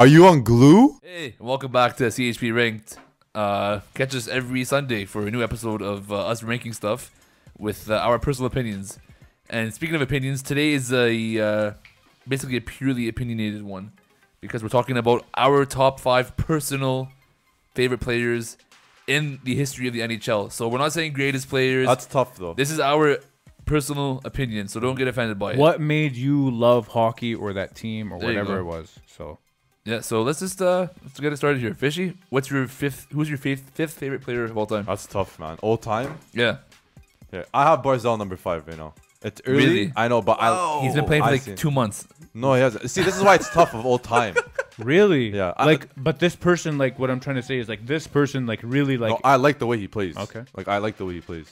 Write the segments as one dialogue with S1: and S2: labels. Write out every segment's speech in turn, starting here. S1: Are you on glue?
S2: Hey, welcome back to CHP Ranked. Uh, catch us every Sunday for a new episode of uh, us ranking stuff with uh, our personal opinions. And speaking of opinions, today is a uh, basically a purely opinionated one because we're talking about our top five personal favorite players in the history of the NHL. So we're not saying greatest players.
S1: That's tough though.
S2: this is our personal opinion, so don't get offended by it.
S3: What made you love hockey or that team or
S2: There you
S3: whatever
S2: go.
S3: it was? So
S2: Yeah, so let's just uh let's get it started here. Fishy, what's your fifth? Who's your fifth fifth favorite player of all time?
S1: That's tough, man. All time.
S2: Yeah,
S1: Yeah, I have Barzell number five. You know, it's early.
S2: Really?
S1: I know, but I,
S2: he's been playing for
S1: I
S2: like
S1: see.
S2: two months.
S1: No, he hasn't. See, this is why it's tough of all time.
S3: really,
S1: Yeah, I-
S3: like, but this person, like, what I'm trying to say is, like, this person, like, really, like,
S1: no, I like the way he plays.
S3: Okay.
S1: Like I like the way he plays.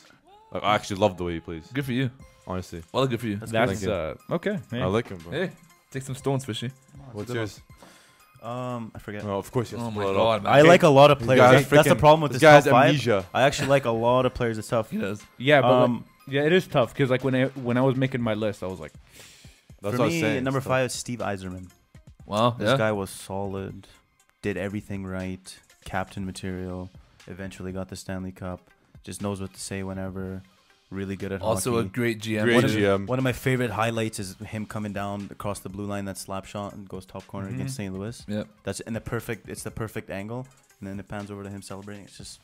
S1: Like, I actually love the way he plays.
S2: Good for you.
S1: Honestly,
S2: Well, good for you.
S3: that's
S1: Thank you.
S3: uh, okay. hey.
S1: I like him, bro.
S2: Hey, take some stones, Fishy.
S1: What's
S4: Good
S1: yours?
S4: Um, I forget.
S1: No, of course. Yes.
S2: Oh my
S1: pull it
S2: god,
S1: up.
S2: man.
S4: I like a lot of players.
S1: guy
S4: That's,
S1: has
S4: that's the
S1: freaking-
S4: problem with
S1: this
S4: this,
S1: guy has
S4: top five.
S1: amnesia.
S4: I actually like a lot of players. It's tough.
S2: He does.
S3: yeah, but like,
S4: Um,
S3: yeah, it is tough because, like, when I when I was making my list, I was like,
S1: That's
S4: For
S1: what I was
S4: me,
S1: saying.
S4: number
S1: It's tough.
S4: five is Steve Eiserman.
S2: Wow.
S4: This
S2: Yeah.
S4: guy was solid, did everything right, captain material. Eventually got the Stanley Cup. Just knows what to say whenever. Really good at
S2: also a
S4: hockey.
S2: great GM.
S1: Great
S4: one,
S2: What is-
S1: GM.
S4: Of, one of my favorite highlights is him coming down across the blue line, that slap shot, and goes top corner against St. Louis.
S2: Yep.
S4: That's in the perfect. It's the perfect angle, and then it pans over to him celebrating. It's just,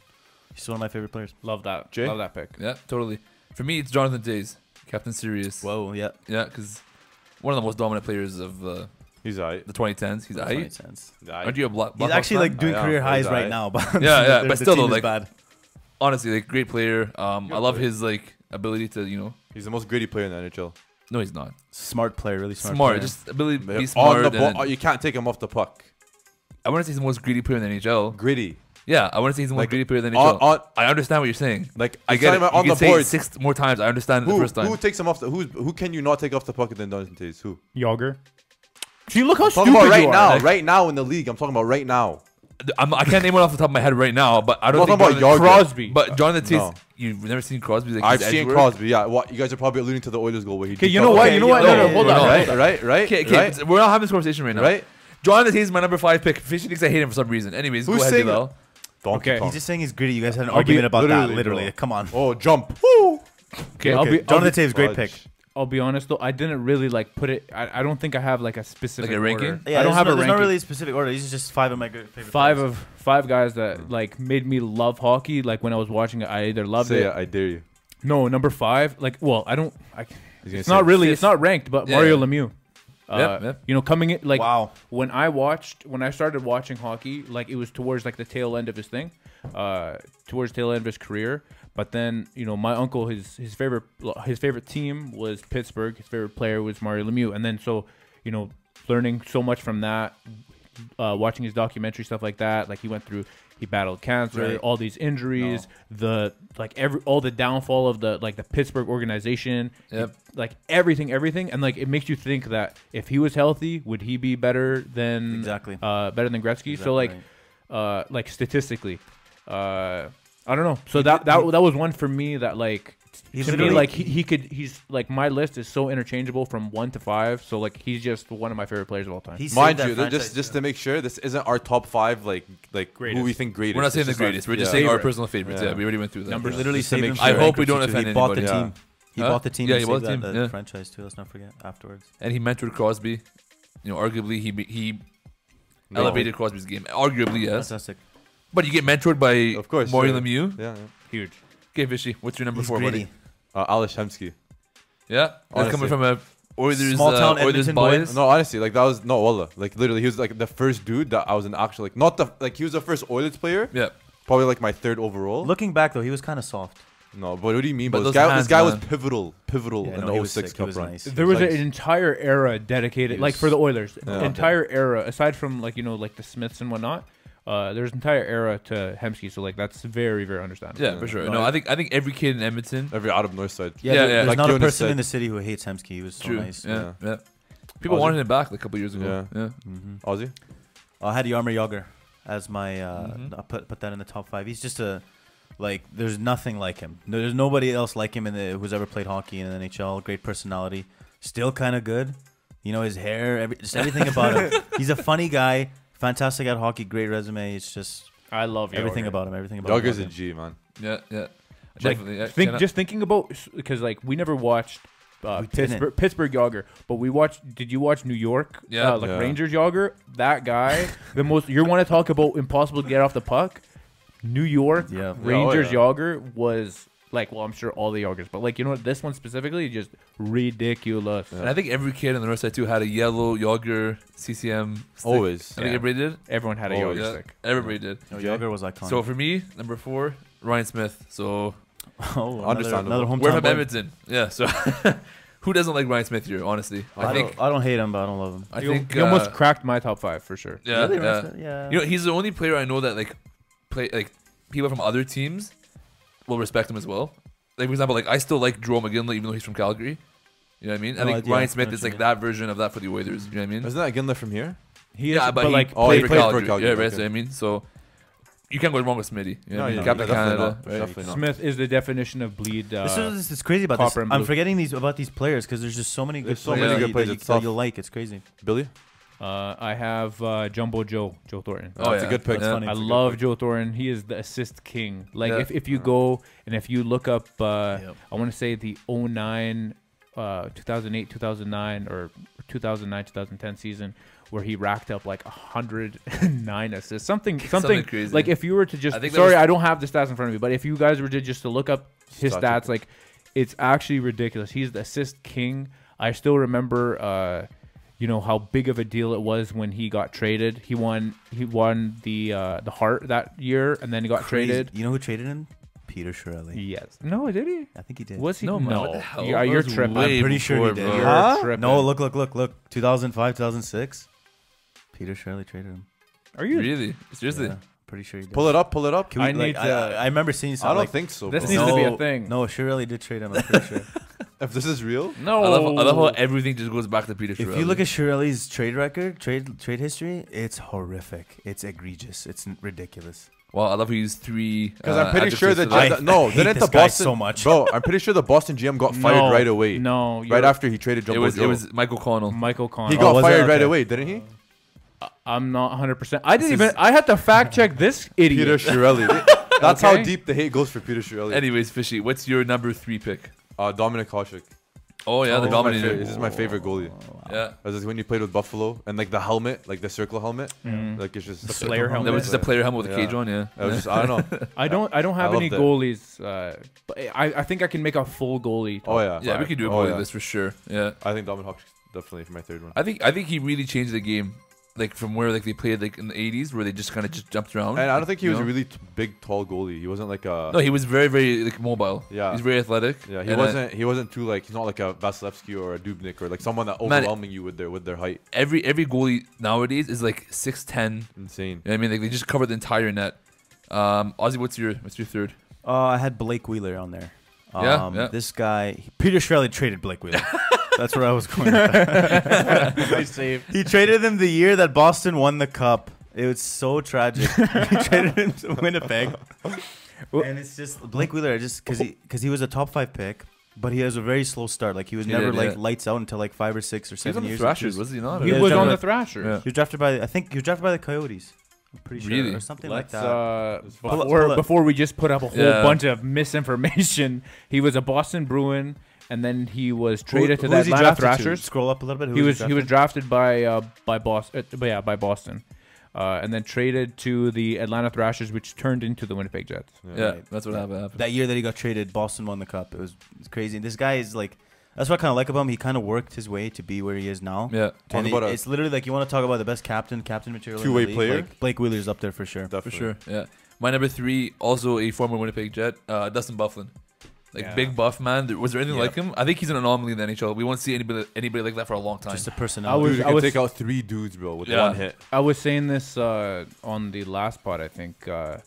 S4: he's one of my favorite players.
S3: love that,
S1: Jay?
S3: love that pick.
S2: Yeah. Totally. For me, it's Jonathan Days, Captain Serious.
S4: Whoa, yeah,
S2: Yeah, because one of the most dominant players of uh,
S1: He's alright.
S2: the 2010s. He's
S4: that's
S2: I.
S4: makes sense.
S2: Aren't you a block?
S4: He's actually like doing
S1: I am.
S4: career
S1: He's
S4: highs
S1: alright.
S4: right now, but
S2: Yeah, yeah,
S4: the-
S2: but
S4: the
S2: still
S4: team
S2: though,
S4: is
S2: like-
S4: bad.
S2: honestly like great player. Um,
S1: Good
S2: I love
S1: player.
S2: his like ability to you know.
S1: He's the most greedy player in the NHL.
S2: No, he's not
S4: smart player, really smart.
S2: smart.
S4: player.
S2: Just ability to be
S1: On
S2: smart.
S1: the
S2: and-
S1: ball, you can't take him off the puck.
S2: I want to say he's the most greedy player in the NHL.
S1: Gritty.
S2: Yeah, I want to say he's the most
S1: Like,
S2: greedy player in the
S1: on-
S2: NHL.
S1: on-
S2: I understand what you're saying.
S1: Like
S2: I
S1: it's
S2: get
S1: not
S2: it.
S1: even
S2: You
S1: on
S2: can
S1: the
S2: say
S1: board.
S2: it six more times. I understand it the
S1: Who,
S2: first time.
S1: who takes him off? The, who's who can you not take off the puck than Jonathan Tays? Who?
S3: Yager. See, look how
S1: Talk
S3: stupid
S1: about right
S3: you are.
S1: now,
S2: like-
S1: right now in the league. I'm talking about right now.
S2: I'm, I can't name one off the top of my head right now, but I
S1: I'm
S2: don't
S1: talking
S2: think
S1: about
S2: Jonathan-
S1: Yager.
S3: Crosby.
S2: But Jonathan Tays,
S1: No.
S2: you've never seen Crosby. Like
S1: I've
S2: his
S1: seen
S2: edge work?
S1: Crosby. Yeah, what, you guys are probably alluding to the Oilers goal where he.
S3: Okay, you
S1: did
S3: know
S1: talk-
S3: what?
S4: Okay,
S3: you know
S4: yeah,
S3: what? No,
S4: okay,
S3: no, hold
S2: yeah,
S3: on.
S2: yeah.
S3: Right?
S1: Right, right, right.
S2: Okay, okay,
S1: right?
S2: it's- we're not having this conversation right now.
S1: Right?
S2: Jonathan Tays is my number five pick. Fishy thinks I hate him for some reason. Anyways,
S1: Who's
S2: go ahead,
S1: saying-
S2: Bilal.
S1: Donkey
S3: Okay.
S1: Kong.
S4: he's just saying he's greedy. You guys had an
S3: I'll be-
S4: argument about that.
S1: bro.
S4: Literally, come on.
S1: Oh, jump! Woo! Oh,
S3: Okay, I'll
S4: Okay,
S3: be I'll
S4: Jonathan
S3: be,
S4: Taves, great
S1: Fudge.
S4: pick.
S3: I'll be honest though. I didn't really like put it. I, I don't think I have like a specific
S2: Like a ranking?
S3: order.
S4: Yeah,
S3: I don't
S4: there's
S3: have
S4: no,
S3: a
S4: There's
S3: ranking.
S4: not really a specific order. These are just five of my good favorite.
S3: five
S4: players.
S3: of five guys
S2: Mm.
S3: that like made me love hockey. Like when I was watching it, I either loved
S1: Say
S3: it.
S1: it. I dare you.
S3: No, number five. Like, well, I don't. I,
S1: He's gonna
S3: it's
S1: say
S3: not really.
S2: fifth.
S3: It's not ranked, but
S2: Yeah,
S3: Mario
S2: yeah.
S3: Lemieux. Uh,
S2: Yep, yep.
S3: You know, coming in like
S4: Wow.
S3: when I watched when I started watching hockey, like it was towards like the tail end of his thing, uh, towards tail end of his career. But then you know, my uncle his his favorite his favorite team was Pittsburgh. His favorite player was Mario Lemieux, and then so you know, learning so much from that, uh, watching his documentary stuff like that. Like he went through, he battled cancer,
S4: Right.
S3: all these injuries, the like every all the downfall of the like the Pittsburgh organization,
S2: Yep.
S3: like everything, everything, and like it makes you think that if he was healthy, would he be better than
S4: Exactly.
S3: uh, better than Gretzky? so
S4: Exactly
S3: like, uh, like statistically, uh, I don't know. So that that that was one for me that like.
S4: He
S3: to me,
S4: literally-
S3: like he, he could, he's like my list is so interchangeable from one to five. So like he's just one of my favorite players of all time.
S4: He saved
S1: Mind
S4: that
S1: you, they're just
S4: franchise,
S1: just
S4: yeah.
S1: to make sure, this isn't our top five. Like like who we
S3: Greatest.
S1: think greatest.
S2: We're not saying
S1: It's
S2: the
S1: just our-
S2: greatest. We're just
S1: yeah.
S2: saying our
S3: Favorite.
S2: personal favorites. Yeah.
S1: Yeah.
S2: we already went through that.
S3: Numbers
S2: Yeah.
S4: literally
S1: Just to
S4: saved
S1: make
S4: him
S1: sure.
S4: from
S1: I hope
S2: we don't
S4: bankruptcy,
S2: offend
S4: too. He bought the
S2: anybody.
S4: team. He
S2: Huh?
S4: bought the team.
S2: Yeah,
S4: and
S2: he bought
S4: saved
S2: the
S4: that-
S2: team,
S4: that
S2: yeah.
S4: franchise too. Let's not forget afterwards.
S2: And he mentored Crosby. You know, arguably he he
S1: No.
S2: elevated Crosby's game. Arguably, yes.
S4: Fantastic.
S2: But you get mentored by
S1: Of course,
S2: Mario
S1: yeah.
S2: Lemieux.
S1: Yeah. yeah.
S3: Huge.
S2: Okay, Fishy, what's your number
S4: He's
S2: four, buddy?
S4: greedy.
S1: Uh, Alish Hemsky.
S2: Yeah, that's
S1: Honestly.
S2: coming from a Oilers,
S4: Small
S2: uh,
S4: town
S2: Oilers
S4: Edmonton boy.
S2: bias.
S1: No, honestly, like that was no Walla. Like literally, he was like the first dude that I was an actual like not the like he was the first Oilers player.
S2: Yeah,
S1: Probably like my third overall.
S4: Looking back though, he was kind of soft.
S1: No, but what do you mean?
S2: But
S1: But this
S2: those
S1: guy,
S2: hands,
S1: this guy
S2: man.
S1: was pivotal, pivotal
S4: Yeah,
S1: in
S4: no,
S1: the
S4: he
S1: 06
S4: was sick. He
S1: Cup
S4: was
S1: run.
S4: nice.
S3: There was
S1: Like-
S3: an entire era dedicated, like for the Oilers, entire era aside from like you know like the Smiths and whatnot. Uh, there's entire era to Hemsky, so like that's very very understandable.
S2: yeah, for sure. No, I think I think every kid in Edmonton.
S1: Every out of Northside.
S2: Yeah, yeah.
S4: There's
S1: Like
S4: not a
S1: Jonas
S4: person
S1: said.
S4: in the city who hates Hemsky. He was so
S2: True.
S4: nice.
S2: yeah, yeah.
S1: I
S2: People
S1: was-
S2: wanted him back like a couple years ago. Yeah.
S1: Aussie.
S4: I had Yarmer Yager as my. Uh,
S2: Mm-hmm.
S4: I put put that in the top five. He's just a like. There's nothing like him. No, there's nobody else like him in the who's ever played hockey in the NHL. Great personality. Still kind of good. You know his hair. Every, just everything about him. He's a funny guy. fantastic at hockey, great resume. It's just
S3: I love Yager.
S4: everything about him. Everything about
S1: Yager's a
S4: him.
S1: G, man.
S2: Yeah, yeah.
S3: Like,
S2: Definitely. Uh, I
S3: think
S2: cannot-
S3: just thinking about because like we never watched uh,
S4: We didn't.
S3: Pittsburgh Pittsburgh Yager, but we watched. Did you watch New York?
S2: Yeah.
S3: uh, like
S1: Yeah.
S3: Rangers Yager. That guy, the most you want to talk about impossible to get off the puck. New York
S4: Yeah.
S3: Rangers
S1: Yeah, oh,
S3: Yager was like well, I'm sure all the Yagers, but like you know what, this one specifically just ridiculous.
S2: and I think every kid on the north side too had a yellow Yager CCM. Stick.
S1: Always.
S2: I think
S3: Yeah.
S2: everybody did.
S3: Everyone had a
S1: Oh,
S3: Yager
S2: Yeah,
S3: stick.
S2: everybody did.
S4: No, Yager was iconic.
S2: So for me, number four, Ryan Smith. So
S4: oh, another,
S1: Understandable.
S4: another hometown.
S2: we're from
S4: boy.
S2: Edmonton. Yeah. So who doesn't like Ryan Smith here? Honestly, I,
S4: I
S2: think.
S4: don't, I don't hate him, but I don't love him.
S2: I
S3: You-
S2: think
S3: you almost
S2: uh,
S3: cracked my top five for sure.
S2: Yeah,
S4: Really,
S2: yeah.
S4: Rasta? yeah.
S2: You know, he's the only player I know that like play like people from other teams will respect him as well. Like for example, like I still like Drew McGinley even though he's from Calgary. You know what I mean? I
S4: No
S2: think
S4: idea.
S2: Ryan
S4: I
S2: Smith
S4: know
S2: is
S4: what you
S2: like that version of that for the Oilers. You know what I mean?
S1: Isn't that Ginla from here?
S3: He
S2: yeah,
S3: is,
S2: but, he,
S3: like
S1: oh, he
S2: played, for
S1: played for
S2: Calgary.
S1: Calgary,
S2: Yeah, right.
S1: okay.
S2: So I mean, so you can't go wrong with Smitty.
S1: No,
S2: You know what I mean?
S1: yeah,
S2: Captain
S1: definitely
S2: Canada.
S1: not,
S2: Right?
S1: definitely not.
S3: Smith is the definition of bleed. Uh,
S4: This is it's crazy about this.
S3: copper and
S4: I'm
S3: blue.
S4: forgetting these about these players because there's just so many good
S1: There's so
S4: players,
S2: many
S4: that
S2: good
S4: you-
S1: players,
S4: that, you,
S1: it's tough.
S4: that you'll like. It's crazy.
S1: Billy?
S3: Uh, I have uh, Jumbo Joe, Joe Thornton.
S2: Oh,
S1: That's a
S2: yeah.
S1: good pick.
S4: That's
S2: Yeah.
S4: funny.
S3: I
S4: It's a good
S3: love
S4: pick.
S3: Joe Thornton. He is the assist king. Like
S2: Yeah.
S3: if, if you go and if you look up, uh,
S4: Yep.
S3: I want to say the 09, uh, 2008, 2009 or 2009, 2010 season where he racked up like 109 assists. Something, something,
S2: crazy.
S3: Like if you were to just,
S2: I think that
S3: sorry,
S2: was-
S3: I don't have the stats in front of me, but if you guys were to just to look up his
S1: Stats,
S3: stats,
S1: okay.
S3: like it's actually ridiculous. He's the assist king. I still remember, uh, you know how big of a deal it was when he got traded. He won. He won the uh, the heart that year, and then he got
S4: Crazy.
S3: traded.
S4: You know who traded him? Peter Shirelli.
S3: Yes. No, did he?
S4: I think he did.
S3: Was he?
S2: No, man,
S3: no.
S2: what the hell?
S3: Yeah,
S2: That
S3: you're
S2: was
S3: tripping.
S2: way
S4: I'm pretty sure
S2: before,
S4: he did.
S2: bro.
S3: You're
S4: Huh?
S3: tripping.
S4: No, look, look, look, look. 2005, 2006. Peter Shirley traded him.
S3: Are you?
S2: Really? Seriously?
S4: Yeah, pretty sure he did.
S1: Pull it up, pull it up.
S4: Can we,
S3: I
S4: I like,
S3: need
S4: I,
S3: to-
S4: I remember seeing
S1: I
S4: something.
S1: don't
S4: like,
S1: think so.
S3: This
S1: bro.
S3: needs to be a
S4: No,
S3: thing.
S4: No, Shirley did trade him. I'm pretty sure.
S1: If this is real,
S3: No.
S2: I, love, I love how everything just goes back to Peter
S4: if you look at Shirley's trade record, trade trade history, it's horrific. It's egregious. It's n- ridiculous.
S2: Wow, I love how you use three.
S1: because
S2: uh,
S1: I'm pretty sure
S2: adjectives
S1: the
S2: to that.
S4: I-
S1: GM, no,
S4: I hate
S1: didn't the
S4: this guy
S1: Boston
S4: so much.
S1: bro? I'm pretty sure the Boston GM got fired
S3: No.
S1: right away.
S3: No.
S1: right
S3: you're-
S1: after he traded
S2: It
S1: Jumbo
S2: was,
S1: Joe.
S2: it was Michael Connell.
S3: Michael Connor.
S1: he got
S4: was it?
S1: fired right
S4: Okay.
S1: away, didn't he?
S3: I'm not 100. percent I didn't
S2: This
S3: even.
S2: is-
S3: I had to fact check this
S1: Peter
S3: idiot.
S1: Shirelli. That's how
S3: Okay.
S1: deep the hate goes for Peter Shirelli.
S2: Anyways, Fishy, what's your number three pick?
S1: Uh, Dominic Koshik.
S2: Oh, yeah, the
S1: This is my favorite-
S2: Dominator.
S1: This is my favorite goalie.
S2: Yeah.
S1: As is when you played with Buffalo and like the helmet, like the circle helmet,
S3: Mhm.
S1: like it's just
S3: The Slayer
S2: That was
S3: helmet.
S2: just a player helmet with a
S1: Yeah.
S2: cage on, yeah.
S1: I was just, I don't know.
S3: I don't. I don't have
S1: I
S3: any
S1: loved it.
S3: goalies. Uh, but I, I think I can make a full goalie.
S1: Oh yeah,
S2: Yeah, we could do a
S1: Oh,
S2: goalie
S1: yeah.
S2: list for sure. Yeah.
S1: I think Dominic Koshik definitely for my third one.
S2: I think I think he really changed the game, like from where like they played like in the '80s, where they just kind of just jumped around.
S1: And I don't think he
S2: you
S1: was a
S2: know?
S1: really t- big, tall goalie. He wasn't like a.
S2: No, he was very very like mobile.
S1: Yeah.
S2: he's very athletic.
S1: yeah, he
S2: And uh, I-
S1: wasn't. he wasn't too like. He's not like a Vasilevsky or a Dubnik or like someone that
S2: Man, it-
S1: overwhelming you with their with their height.
S2: every every goalie nowadays is like six ten.
S1: Insane.
S2: I mean, like they just cover the entire net. Um, Ozzy, what's your what's your third?
S4: Uh, I had Blake Wheeler on there. Um,
S2: Yeah, yeah.
S4: This guy, Peter Shirley traded Blake Wheeler. That's where I was going. With that. He traded him the year that Boston won the cup. It was so tragic. he traded him to Winnipeg, and it's just Blake Wheeler. Just because he because he was a top five pick, but he has a very slow start. Like he was
S2: He
S4: never
S2: did,
S4: like
S2: yeah.
S4: lights out until like five or six
S2: He
S4: or
S2: was
S4: seven
S2: on the
S4: years.
S2: Thrashers,
S4: He was,
S2: was he not?
S3: He
S4: Yeah,
S3: was on
S4: definitely.
S3: the Thrashers.
S2: Yeah.
S4: he was drafted by I think he was drafted by the Coyotes. I'm pretty sure
S2: Really?
S4: or something
S3: Let's,
S4: like that.
S3: uh,
S4: pull up-
S3: before,
S4: pull up.
S3: before we just put up a whole
S2: Yeah.
S3: bunch of misinformation, he was a Boston Bruin, and then he was
S4: Who-
S3: traded to
S4: who
S3: the
S4: was he
S3: Atlanta
S4: drafted to?
S3: Thrashers.
S4: Scroll up a little bit. Who
S3: He was he
S4: drafted?
S3: was drafted by uh, by Boston, uh, yeah, by Boston, uh, and then traded to the Atlanta Thrashers, which turned into the Winnipeg Jets.
S2: Yeah,
S4: Right.
S2: that's what happened. happened.
S4: that year that he got traded, Boston won the cup. It was, it's crazy. And this guy is like, that's what I kind of like about him. He kind of worked his way to be where he is now.
S2: yeah,
S1: Talk
S4: And it-
S1: about a-
S4: it's literally like you want to talk about the best captain, captain material. in the
S1: Two-way
S4: league,
S1: player?
S4: Like Blake Wheeler's up there for sure.
S2: for
S1: Definitely.
S2: sure. Yeah, my number three, also a former Winnipeg Jet, uh, Dustin Bufflin. Like
S3: Yeah.
S2: big buff man. There- Was there anything
S4: Yeah.
S2: like him? I think he's an anomaly in the NHL. We won't see anybody anybody like that for a long time.
S4: Just a
S3: I
S1: Dude,
S3: was-
S4: personality.
S1: you can take out three dudes, bro, with
S2: Yeah.
S1: one hit.
S3: I was saying this uh, on the last pod. I think uh,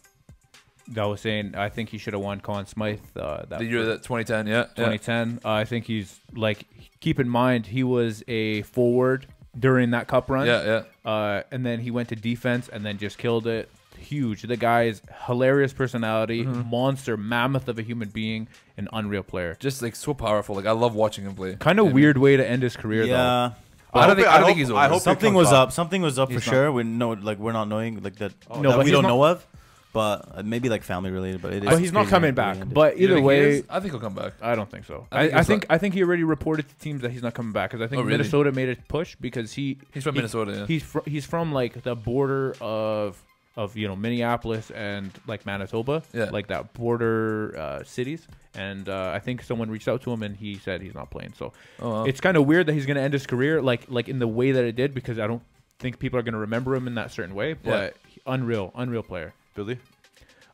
S3: I was saying I think he should have won Conn Smythe uh, that
S2: the year that 2010. Yeah, yeah.
S3: 2010. Uh, I think he's like keep in mind he was a forward during that cup run.
S2: yeah, yeah.
S3: Uh, and then he went to defense and then just killed it. Huge. The guy's hilarious personality,
S2: Mm-hmm.
S3: monster, mammoth of a human being, an unreal player.
S2: Just like so powerful. Like I love watching him play.
S3: Kind
S2: You know
S3: of
S2: what I mean?
S3: weird way to end his career
S4: yeah.
S2: I don't
S1: hope
S2: think
S1: it-
S2: I don't
S1: hope-
S2: think he's over.
S1: I hope it
S4: Something
S1: comes
S4: was
S1: up.
S4: up. Something was up for
S2: He's not-
S4: sure. We know, like we're not knowing, like that.
S3: Oh, No,
S4: that
S3: but
S4: we
S3: he's
S4: don't
S3: not-
S4: know of. But uh, maybe like family related. But it is.
S3: But he's not
S4: crazy
S3: coming
S4: that
S3: back.
S4: he ended.
S3: But
S2: You
S3: either
S2: think he
S3: way,
S2: is? I think he'll come back.
S3: I don't think so.
S2: I
S3: I,
S2: think
S3: I
S2: it's
S3: think I think he already reported to teams that he's not coming back because I think
S2: Oh, really?
S3: Minnesota made a push because he
S2: He's from
S3: he-
S2: Minnesota, yeah.
S3: He's fr- he's from like the border of of you know Minneapolis and like Manitoba,
S2: Yeah.
S3: like that border uh, cities. And uh, I think someone reached out to him and he said he's not playing. So
S2: Oh, wow.
S3: it's kind of weird that he's going to end his career like like in the way that it did because I don't think people are going to remember him in that certain way. But unreal, unreal player.
S1: Billy.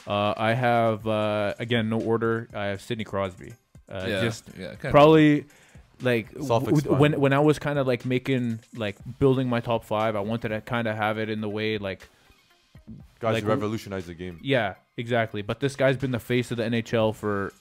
S3: Uh, I have uh, again no order. I have Sidney Crosby. Uh,
S2: yeah,
S3: Just
S2: yeah, kinda.
S3: probably like w-
S1: Self-explanatory.
S3: when when I was kind of like making like building my top five, I wanted to kind of have it in the way like
S1: Guys,
S3: Like,
S1: he revolutionized the game.
S3: yeah exactly. But this guy's been the face of the NHL for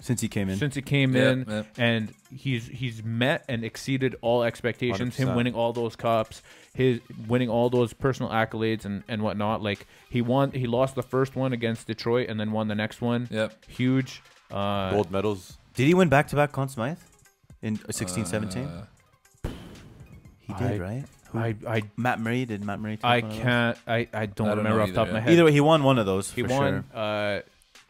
S4: since he came in,
S3: since he came
S2: Yeah,
S3: in,
S2: yeah.
S3: and he's he's met and exceeded all expectations. Him
S1: 100%.
S3: winning all those cups, his winning all those personal accolades and and whatnot. Like he won, he lost the first one against Detroit, and then won the next one.
S2: Yep.
S3: Huge. Uh,
S1: Gold medals.
S4: did he win back to back Conn Smythe in 16, 17?
S2: Uh,
S4: He did,
S3: I-
S4: right? Who-
S3: I I
S4: Matt Murray did Matt Murray. take
S3: I
S4: one of those?
S3: can't. I, I don't
S2: I don't
S3: remember
S2: know
S3: off the top of
S2: either,
S3: my
S2: yeah.
S3: head.
S4: Either way, he won one of those.
S3: he
S4: for
S3: won. Uh,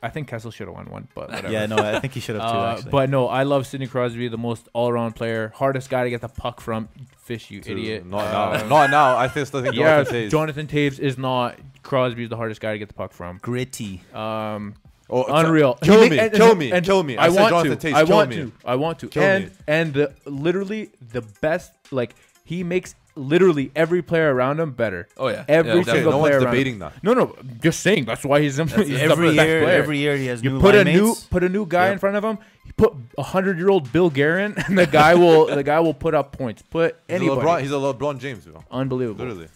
S3: I think Kessel should have won one, but
S4: Sure.
S3: whatever.
S4: Yeah, no, I think he should have too.
S3: Uh,
S4: actually.
S3: but no, I love Sidney Crosby, the most all-around player, hardest guy to get the puck from. Fish, you
S1: to-
S3: idiot.
S1: Not now. Not now. I think still think
S3: yeah,
S1: Jonathan Taves.
S3: Jonathan Taves is not. Crosby is the hardest guy to get the puck from.
S4: gritty.
S3: Um,
S1: Oh, it's-
S3: unreal.
S1: Kill me,
S3: He make- and-
S1: kill
S3: and-
S1: me,
S3: and
S1: kill me.
S3: I,
S1: I said
S3: want
S1: Jonathan
S3: to.
S1: Taves,
S3: I
S1: kill
S3: want
S1: me.
S3: to. I want to.
S1: Kill
S3: and
S1: me.
S3: and the, literally the best. Like he makes literally every player around him better.
S2: Oh, yeah.
S3: every
S2: Yeah,
S1: Okay,
S3: single
S1: no one's
S3: player around him.
S1: debating that.
S3: No, no, just saying. That's why he's, he's
S4: Every
S3: the best
S4: year,
S3: player.
S4: every year he has
S3: you
S4: new
S3: put a
S4: line
S3: new
S4: mates.
S3: put a new guy
S4: Yep.
S3: in front of him. You put a hundred year old Bill Guerin, and the guy will the guy will put up points. Put
S1: He's a
S3: anybody,
S1: LeBron. He's a LeBron James, bro.
S3: unbelievable.
S1: Literally.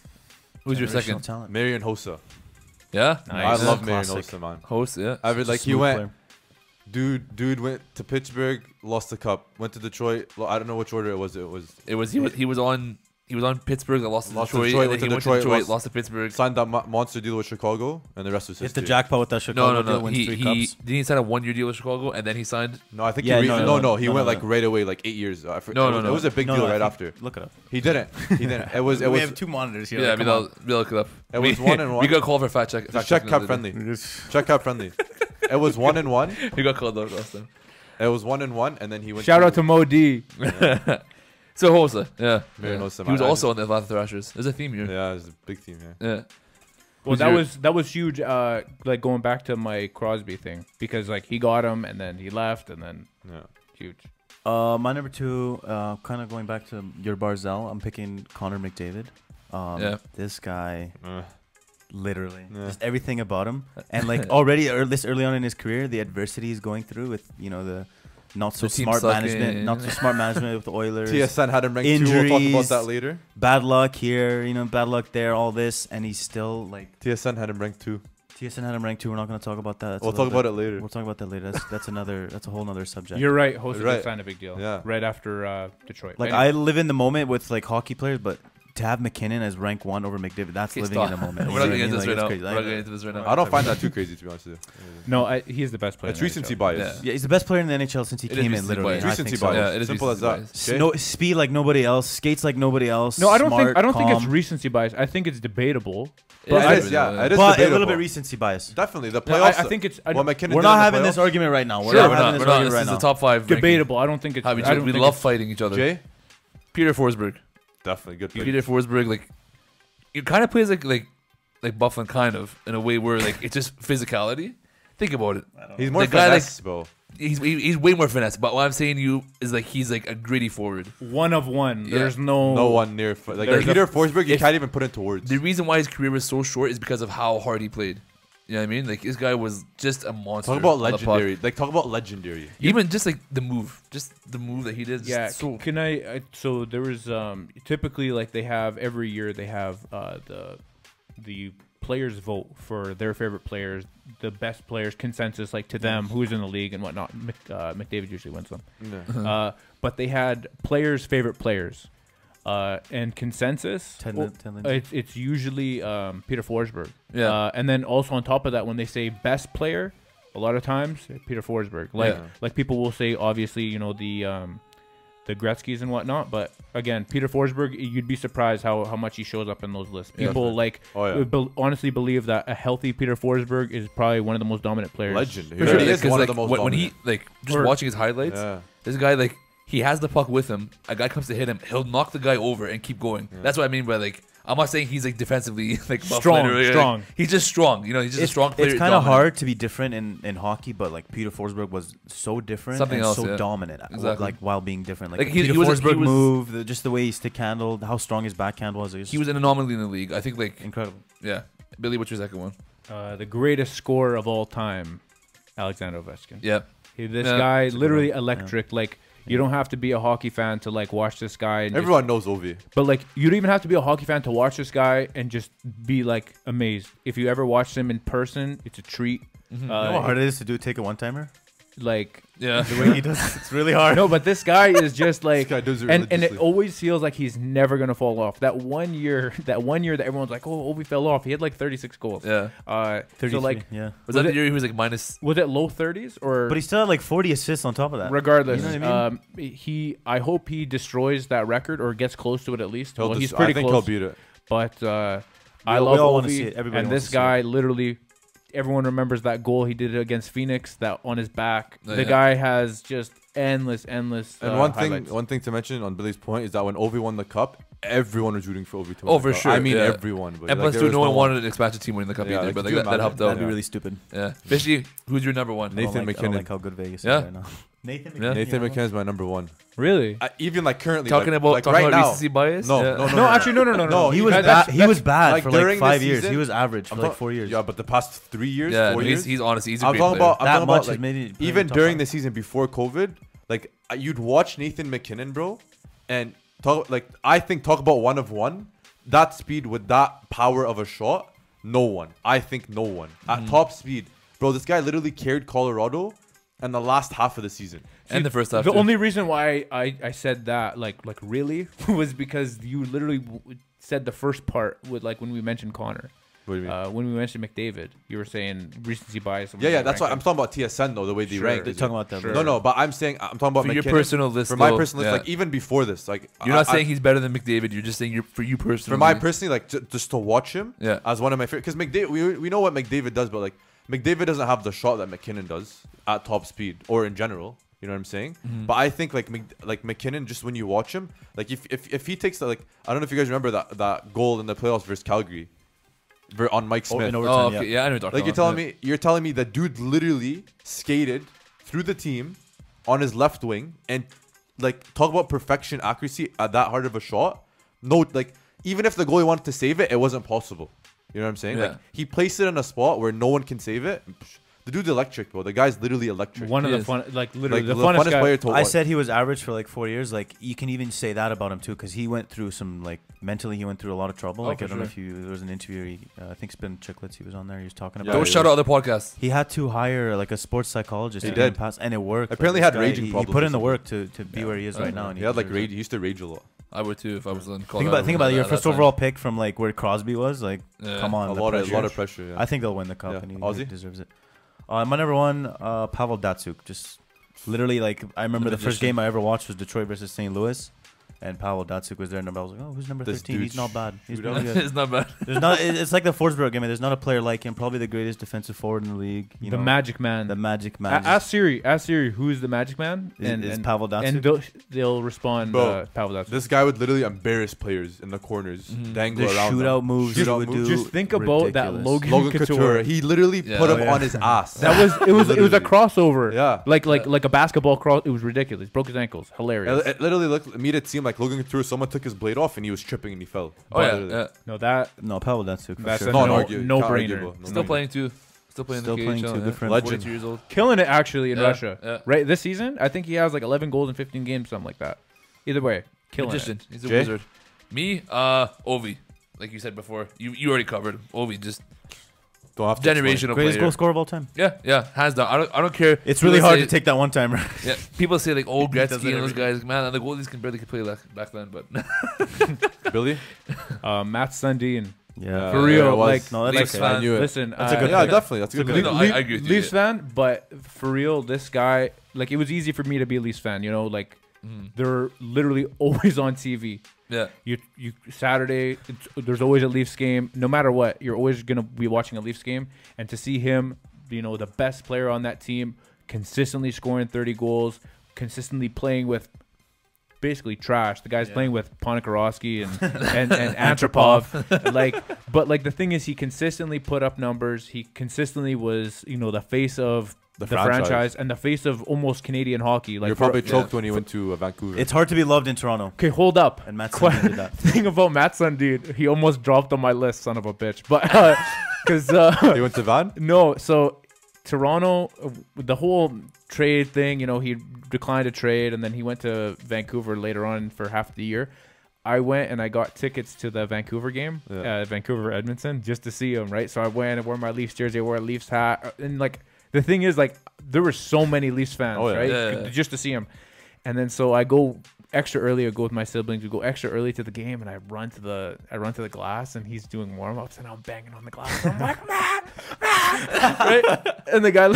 S2: who's your
S4: Generational
S2: second?
S4: talent.
S1: Marion Hossa.
S2: Yeah,
S1: I love Marion Hossa,
S4: Classic.
S1: man.
S2: host. Yeah,
S1: I mean, like he
S4: Smooth
S1: went.
S4: player.
S1: Dude, dude went to Pittsburgh, lost the cup. Went to Detroit. lo- I don't know which order it was. It was
S2: it was he was he was on he was on Pittsburgh. That lost to
S1: Lost to
S2: Detroit.
S1: Detroit,
S2: and
S1: went to
S2: then he went to
S1: Detroit,
S2: Detroit.
S1: lost-
S2: Lost to Pittsburgh.
S1: signed that mo- monster deal with Chicago, and the rest was
S4: Hit the
S1: history.
S4: jackpot with that Chicago.
S2: No, no,
S4: deal,
S2: no.
S4: wins
S2: He,
S4: three
S2: he
S4: cups.
S2: didn't he sign a one year deal with Chicago, and then he signed.
S1: No, I think he.
S4: Yeah,
S1: Re-
S4: no,
S1: no,
S4: no,
S1: no, no,
S4: no,
S1: He
S4: no,
S1: went
S4: no.
S1: like right away, like eight years. I for-
S2: No,
S1: it
S2: no,
S1: was,
S2: no.
S1: It was a big
S4: No,
S1: deal
S4: no, I
S1: right
S4: think-
S1: after.
S4: Look it up.
S1: He didn't. He didn't. It was. It
S4: we
S1: was.
S4: have two monitors here.
S2: Yeah, I
S4: like,
S2: mean,
S4: come
S2: they'll, they'll look it up.
S1: It was one and
S2: We
S1: one.
S2: got called for fact check.
S1: It's
S2: Fact
S1: Czech
S2: check
S1: Cup friendly. Czech Cup friendly. It was one and one.
S2: We got called out last time.
S1: It was one and one, and then he went.
S3: Shout out to Mo D.
S2: So Hosa, yeah,
S1: Marion
S2: yeah.
S1: Hossa,
S2: he was
S1: man, I
S2: also on the Atlanta Thrashers. There's a theme here.
S1: Yeah, it was a big team. Yeah.
S2: Yeah,
S3: Well,
S2: Who's
S3: that
S2: your-
S3: was that was huge. Uh, like going back to my Crosby thing because like he got him and then he left and then
S1: Yeah.
S3: huge.
S4: Uh, my number two, uh, kind of going back to your Barzell, I'm picking Connor McDavid. Um,
S2: Yeah.
S4: This guy,
S1: Uh,
S4: literally,
S1: Yeah.
S4: just everything about him, and like already ear this early on in his career, the adversity he's going through with you know the not so
S2: The team
S4: smart
S2: sucking.
S4: management, not so smart management with the Oilers,
S1: TSN had him ranked two. We'll talk about
S4: Injuries.
S1: that later.
S4: bad luck here, you know, bad luck there, all this, and he's still like
S1: TSN had him ranked two.
S4: TSN had him ranked two. We're not gonna talk about that. That's
S1: we'll
S4: a
S1: talk
S4: little
S1: about
S4: bit-
S1: it later.
S4: We'll talk about that later. That's, that's another. That's a whole other subject.
S3: You're right. Hosa
S1: Right.
S3: did sign a big deal.
S1: Yeah.
S3: Right after uh, Detroit.
S4: Like
S3: Anyway.
S4: I live in the moment with like hockey players, but to have McKinnon as rank one over McDavid, that's
S2: Okay,
S4: living
S2: stop.
S4: in the moment.
S2: we're not gonna
S4: You
S2: get
S4: know
S2: this
S4: what I mean?
S2: right now. We're
S4: Like, it's
S2: not
S4: crazy.
S2: gonna get this right now.
S1: I don't find that too crazy to be honest with you.
S3: No, I, he's the best player.
S1: It's
S3: in the
S1: recency
S3: NHL.
S1: bias.
S2: Yeah.
S4: Yeah, he's the best player in the NHL since he
S2: It is
S4: came in.
S2: recency
S4: Literally,
S2: bias.
S4: I
S1: Recency
S4: think so.
S1: bias.
S2: Yeah, it is
S1: Simple as that.
S2: recency bias.
S1: Okay?
S4: No speed like nobody else, skates like nobody else.
S3: No, I don't
S4: smart,
S3: think I don't think it's
S4: calm.
S3: recency bias. I think it's debatable.
S1: But
S2: Yeah,
S1: it is, yeah, it is
S4: but a
S1: debatable.
S4: little bit recency bias.
S1: Definitely the
S3: No, I, I
S1: playoffs.
S3: think it's I
S1: what
S3: don't-
S1: McKinnon
S4: We're
S1: did in
S4: not
S1: the
S4: having this
S1: playoffs-
S4: argument right now. We're
S2: Sure,
S4: not
S2: we're
S4: having
S2: not.
S4: this
S2: We're not.
S4: argument
S2: This
S4: right
S2: is the
S4: now.
S2: top five. ranking.
S3: debatable. I don't think it's.
S2: How we
S3: I
S2: just
S3: don't
S2: we
S3: think
S2: love
S3: it's-
S2: fighting each other.
S1: Jay,
S2: Peter Forsberg.
S1: definitely good. pick.
S2: Peter Forsberg, like, it kind of plays like like like Bufflin, kind of in a way where like it's just physicality. Think about it.
S1: He's more
S2: The guy, like-
S1: finesse, bro.
S2: He's he- he's way more finesse. But what I'm saying to you is like he's like a gritty forward.
S3: one of one.
S2: Yeah.
S3: There's no
S1: No one near f- like
S2: There's a-
S1: Peter Forsberg. You
S2: if-
S1: can't even put into words.
S2: The reason why his career was so short is because of how hard he played. You know what I mean? Like this guy was just a monster.
S1: Talk about
S2: on the puck.
S1: legendary. Like talk about legendary.
S2: Even just like the move, just the move that he did. just
S3: Yeah,
S2: so-
S3: can I, I? So there was um typically like they have every year they have uh the the players vote for their favorite players, the best players consensus like to them who's in the league and whatnot. Mc, uh, McDavid usually wins them.
S1: Uh-huh.
S3: Uh, but they had players favorite players, uh, and consensus.
S4: Ted
S3: well,
S4: Lin- Ted Lindsay.
S3: it's it's usually um, Peter Forsberg.
S2: Yeah.
S3: uh, and then also on top of that, when they say best player, a lot of times Peter Forsberg. Like
S2: Yeah.
S3: like people will say, obviously, you know the um, the Gretzky's and whatnot. But again, Peter Forsberg, you'd be surprised how, how much he shows up in those lists. People like
S1: Oh, yeah.
S3: would bel- honestly believe that a healthy Peter Forsberg is probably one of the most dominant players.
S1: Legend. He
S2: For
S1: really
S2: sure,
S1: is
S2: 'cause,
S1: one
S2: like,
S1: of the most
S2: when, when he
S1: dominant.
S2: like just
S3: Or-
S2: watching his highlights,
S1: Yeah.
S2: this guy like he has the puck with him. A guy comes to hit him, he'll knock the guy over and keep going. That's what I mean by like. I'm not saying he's like defensively like buff
S3: Strong,
S2: or, like,
S3: strong.
S2: he's just strong. You know, he's just a strong player.
S4: It's kind of
S2: dominant.
S4: hard to be different in, in hockey, but like Peter Forsberg was so different
S2: Something
S4: and
S2: else,
S4: so
S2: yeah.
S4: dominant, uh,
S2: Exactly.
S4: like while being different. Like,
S2: Like,
S4: the
S2: he-
S4: Peter
S2: he was- he
S4: Forsberg
S2: was-
S4: move, the, just the way he stick handled, how strong his backhand was. It was
S2: He was an anomaly in the league. I think like
S4: incredible.
S2: yeah, Billy. What's your second one?
S3: Uh, the greatest scorer of all time, Alexander Ovechkin.
S2: Yeah,
S3: He- This
S2: Yeah.
S3: guy literally electric. Like you don't have to be a hockey fan to like watch this guy. And just-
S1: Everyone knows Ovi.
S3: but like you don't even have to be a hockey fan to watch this guy and just be like amazed. If you ever watch him in person, it's a treat.
S1: Mm-hmm.
S4: You know how
S3: Uh,
S4: hard it is to do take a one timer?
S3: like
S2: yeah.
S4: The way he does it, it's really hard.
S3: no, but this guy is just like,
S1: guy does it
S3: and, and it
S1: religiously.
S3: always feels like he's never gonna fall off. That one year, that one year that everyone's like, oh, Obi fell off. He had like 36 goals.
S2: Yeah.
S3: Uh, so
S4: 33,
S3: like,
S4: yeah.
S2: Was that
S3: Was
S2: the
S3: it-
S2: year he was like minus?
S3: was it low 30s or?
S4: But he still had like 40 assists on top of that.
S3: Regardless,
S4: You know what I
S3: um, he. I hope he destroys that record or gets close to it at least.
S1: He'll
S3: well, he's
S1: just,
S3: pretty
S1: I think
S3: close.
S1: he'll beat it.
S3: But uh, I
S4: all-
S3: love
S4: we all wanna
S3: Ovi,
S4: see it. Everybody
S3: and this
S4: wants to see it.
S3: guy literally, everyone remembers that goal he did against Phoenix that on his back.
S2: Oh,
S3: the
S2: yeah.
S3: guy has just endless, endless.
S1: And
S3: uh,
S1: one thing,
S3: highlights.
S1: one thing to mention on Billy's point is that when Ovi won the cup, everyone was rooting for Ovi to win.
S2: Oh,
S1: the
S2: for
S1: cup.
S2: sure,
S1: I mean,
S2: yeah.
S1: everyone. But
S2: And
S1: like,
S2: plus
S1: there
S2: two,
S1: was
S2: no one
S1: one-
S2: wanted an expansion team winning the cup
S1: Yeah,
S2: either,
S1: like, could
S2: but like,
S1: you
S2: that, that helped
S1: imagine?
S2: out.
S4: That'd be really stupid.
S2: Yeah, especially who's your number one?
S4: I don't
S1: Nathan
S4: like, I don't
S1: McKinnon.
S4: like how good Vegas
S2: Yeah.
S4: is right now. Nathan
S2: Yeah.
S4: McKinnon.
S1: Nathan McKinnon is my number one.
S3: really.
S1: I, even like currently,
S2: Talking
S1: like,
S2: about
S1: like
S2: talking
S1: right
S2: about
S1: now.
S2: recency bias.
S1: No,
S2: Yeah.
S1: no, no,
S3: No, actually, no, no, no, no.
S1: No,
S4: He
S1: you
S4: was
S1: guys-
S4: bad.
S1: that's-
S4: He was bad
S1: like,
S4: for like
S1: during this
S4: five years. He
S1: season-
S4: was average for
S1: I'm
S4: like
S1: talk-
S4: four years.
S1: Yeah, but the past three years,
S2: yeah,
S1: four
S2: no,
S1: years,
S2: he's, he's honest. He's a
S1: I'm
S2: great
S1: talking
S2: player.
S1: about I'm
S4: That
S1: talking
S4: much
S1: about
S4: is
S1: like,
S4: maybe putting him
S1: even
S4: top
S1: during
S4: five.
S1: the season before COVID, like uh, you'd watch Nathan McKinnon, bro, and talk like I think talk about one of one. That speed with that power of a shot, no one. I think no one
S4: Mm-hmm.
S1: at top speed, bro. This guy literally carried Colorado, and the last half of the season.
S2: and the first half.
S3: The
S2: too.
S3: only reason why I, I said that like like really was because you literally w- said the first part with like when we mentioned Connor.
S1: What do you mean?
S3: Uh, when we mentioned McDavid, you were saying recency bias. and
S1: yeah,
S3: we
S1: yeah,
S3: didn't
S1: that's why
S3: rank
S1: I'm
S3: him.
S1: talking about TSN though, the way they
S3: Sure.
S1: ranked.
S4: They're talking about that.
S3: Sure.
S1: No, no, but I'm saying I'm talking about
S2: For your
S1: McKinnon.
S2: personal list,
S1: For my
S2: though,
S1: personal
S2: yeah.
S1: list, like even before this, like
S2: You're not
S1: I- I-
S2: saying he's better than McDavid. You're just saying you're for you personally.
S1: for my personally, like ju- just to watch him
S2: Yeah.
S1: as one of my favorite. Because McDavid, we, we know what McDavid does, but like McDavid doesn't have the shot that McKinnon does at top speed or in general. You know what I'm saying?
S4: Mm-hmm.
S1: But I think like Mc, like McKinnon, just when you watch him, like if if, if he takes the, like I don't know if you guys remember that that goal in the playoffs versus Calgary, ver- on Mike
S4: Oh,
S1: Smith.
S4: in
S2: Oh,
S4: overtime,
S2: okay.
S4: yeah.
S2: Yeah, I know. what you're talking
S1: Like you're
S2: about.
S1: telling
S2: Yeah.
S1: me, you're telling me that dude literally skated through the team on his left wing and like talk about perfection accuracy at that hard of a shot. No, like even if the goalie wanted to save it, it wasn't possible. You know what I'm saying?
S2: Yeah.
S1: Like he placed it in a spot where no one can save it. The dude's electric, bro. The guy's literally electric.
S3: one of the
S2: Yes.
S3: fun, like literally
S1: like
S3: the, funnest, guy.
S1: player to watch.
S4: I said he was average for like four years. Like you can even say that about him too, because he went through some like mentally, he went through a lot of trouble.
S2: Oh,
S4: like
S2: for
S4: I don't know
S2: sure.
S4: if you there was an interview. He, uh, I think Spin Chicklets. He was on there. He was talking
S1: Yeah,
S4: about.
S2: Don't
S1: he
S2: shout
S1: was-
S2: out other podcasts.
S4: He had to hire like a sports psychologist.
S1: He
S4: to get him
S1: did.
S4: past, and it worked. Like,
S1: Apparently
S4: this
S1: had raging
S4: he- He
S1: problems
S4: put
S1: or
S4: in the
S1: something.
S4: work to, to be where he is right now. And
S1: he had like
S4: deserves it.
S1: rage. He used to rage a lot.
S2: I would too if I was on.
S4: Think
S2: Colorado
S4: about think about
S2: at
S4: your
S2: that
S4: first
S2: time.
S4: overall pick from like where Crosby was. Like,
S2: Yeah.
S4: come
S1: A
S4: on, the
S1: lot of a lot of
S4: pressure.
S1: pressure. Yeah.
S4: I think they'll win the cup,
S1: Yeah.
S4: and he
S1: Aussie?
S4: he deserves it. Uh, my number one, uh, Pavel Datsuk. Just literally, like I remember the first
S2: magician.
S4: game I ever watched was Detroit versus St. Louis, and Pavel Datsuk was there, and I was like, oh, who's number
S1: This
S4: thirteen? He's
S1: dude's
S4: not bad. He's
S1: shootout.
S4: really good.
S2: it's not bad.
S4: There's not. it- It's like the Forsberg game. There's not a player like him. Probably the greatest defensive forward in the league. You
S3: the
S4: know,
S3: magic man.
S4: the magic
S3: A-
S4: man. is-
S3: ask Siri. Ask Siri. Who's the magic man?
S4: is,
S3: and
S4: is
S3: and,
S4: Pavel Datsuk.
S3: and they'll, they'll respond.
S1: Bro,
S3: uh, Pavel Datsyuk.
S1: This guy would literally embarrass players in the corners,
S4: the
S3: Mm-hmm.
S1: dangle around. them.
S4: shootout moves he
S1: Shootout
S4: would
S1: moves.
S4: do.
S3: Just think about that
S4: ridiculous.
S3: Logan
S1: Logan
S3: Couture.
S1: Couture. He literally
S2: Yeah.
S1: put
S2: Oh,
S1: him
S4: yeah.
S1: on his ass.
S3: That was it was it was a
S1: Literally.
S3: crossover.
S1: Yeah.
S3: Like like
S2: Yeah.
S3: like a basketball cross. It was ridiculous. Broke his ankles. Hilarious.
S1: It, it literally looked made it seem like Logan Couture. Someone took his blade off and he was tripping and he fell.
S2: Oh yeah,
S1: Literally.
S2: yeah.
S3: no, that
S4: No, Pavel Datsuk. for
S3: That's
S4: sure.
S3: a-
S1: Not
S3: No-
S1: argu-
S3: no
S1: not
S3: brainer.
S1: arguable. No
S2: Still
S1: brainer.
S2: playing too. Still playing.
S4: Still
S2: the
S4: playing
S2: KHL,
S4: too,
S2: yeah.
S4: good friend.
S2: 42
S1: Legend.
S2: years old.
S3: killing it actually in
S2: Yeah,
S3: Russia.
S2: yeah.
S3: Right this season, I think he has like 11 goals in 15 games, something like that. Either way, killing
S2: Magician.
S3: it.
S2: He's a
S1: Jay?
S2: wizard. Me, uh, Ovi. Like you said before, you you already covered Ovi. Just
S1: Don't have to
S2: generational
S4: Greatest
S2: player.
S4: goal scorer of all time.
S2: Yeah, yeah, hands down. I don't, I don't care.
S4: It's really
S2: People
S4: hard
S2: say-
S4: to take that one timer.
S2: Yeah, people say like, oh,
S4: does it
S2: Gretzky and those
S4: every-
S2: guys. Man, the goalies can barely play like, back then, but
S1: explain. Billy.
S3: Uh, Matt Sundin.
S4: Yeah,
S3: For real,
S1: Uh, it was.
S3: like-
S4: No,
S2: Leafs
S4: Oh, that's okay.
S2: fan.
S1: I knew it.
S3: Listen,
S4: That's a
S3: uh,
S4: good
S1: yeah,
S4: player.
S1: definitely. That's a good.
S2: player.
S1: player.
S2: No, I- I agree with you,
S3: Leafs fan, but for real, this guy, like, it was easy for me to be a Leafs fan. You know, like
S2: Mm-hmm.
S3: They're literally always on TV.
S2: Yeah.
S3: You you Saturday, it's, there's always a Leafs game. No matter what, you're always gonna be watching a Leafs game. And to see him, you know, the best player on that team, consistently scoring 30 goals, consistently playing with basically trash. The guy's playing with Ponikarovsky and and, and Antropov. like, but like the thing is, he consistently put up numbers. He consistently was, you know, the face of. The,
S1: The
S3: franchise.
S1: franchise.
S3: and the face of almost Canadian hockey. Like
S1: You're probably
S3: for-
S1: choked when you went to uh, Vancouver.
S4: It's hard to be loved in Toronto.
S3: Okay, hold up.
S4: And Matt
S3: Qu-
S4: Sundin did that.
S3: Thing about Matt Sundin, he almost dropped on my list, son of a bitch. But because uh,
S1: you went to Van.
S3: no, so Toronto, uh, the whole trade thing, you know, he declined a trade and then he went to Vancouver later on for half the year. I went and I got tickets to the Vancouver game,
S1: Yeah.
S3: uh, Vancouver Edmonton, just to see him, right? So I went and wore my Leafs jersey, I wore a Leafs hat. uh, And like, the thing is, like, there were so many Leafs fans,
S1: Oh, yeah.
S3: right?
S2: Yeah.
S3: C- Just to see him. And then so I go extra early, I go with my siblings, we go extra early to the game and I run to the I run to the glass and he's doing warm ups and I'm banging on the glass. I'm like, man, right? And the guy,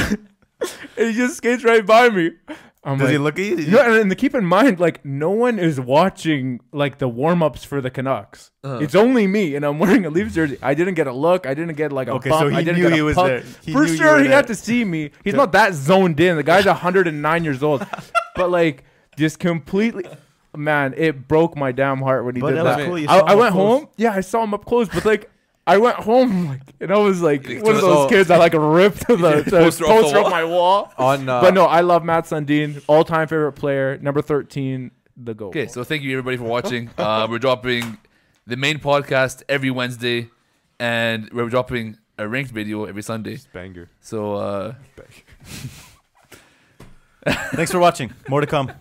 S3: and he just skates right by me. I'm
S4: Does
S3: like,
S4: he look at you?
S3: You know, and, and keep in mind, like no one is watching like the warm ups for the Canucks. It's only me, and I'm wearing a Leafs jersey. I didn't get a look. I didn't get like a
S4: Okay,
S3: bump.
S4: so he
S3: I didn't
S4: knew
S3: get a
S4: he was
S3: puck.
S4: there. He
S3: for
S4: knew you
S3: sure,
S4: were
S3: he
S4: there.
S3: had to see me. He's not that zoned in. The guy's 109 years old, but like just completely. Man, it broke my damn heart when he
S4: But
S3: did
S4: that was
S3: that.
S4: cool. You
S3: I,
S4: saw him
S3: I
S4: up
S3: went
S4: close.
S3: home. Yeah, I saw him up close, but like. I went home like, and I was like
S2: Like,
S3: one of
S2: so-
S3: those kids that like ripped the, the
S2: Poster
S3: poster,
S2: off the
S3: off
S2: wall.
S3: my wall.
S1: On, uh,
S3: but no, I love Matt Sundin, all time favorite player, number thirteen, the goal.
S2: Okay, so thank you everybody for watching. Uh, we're dropping the main podcast every Wednesday, and we're dropping a ranked video every Sunday.
S1: Banger.
S2: So uh,
S4: Thanks for watching. More to come.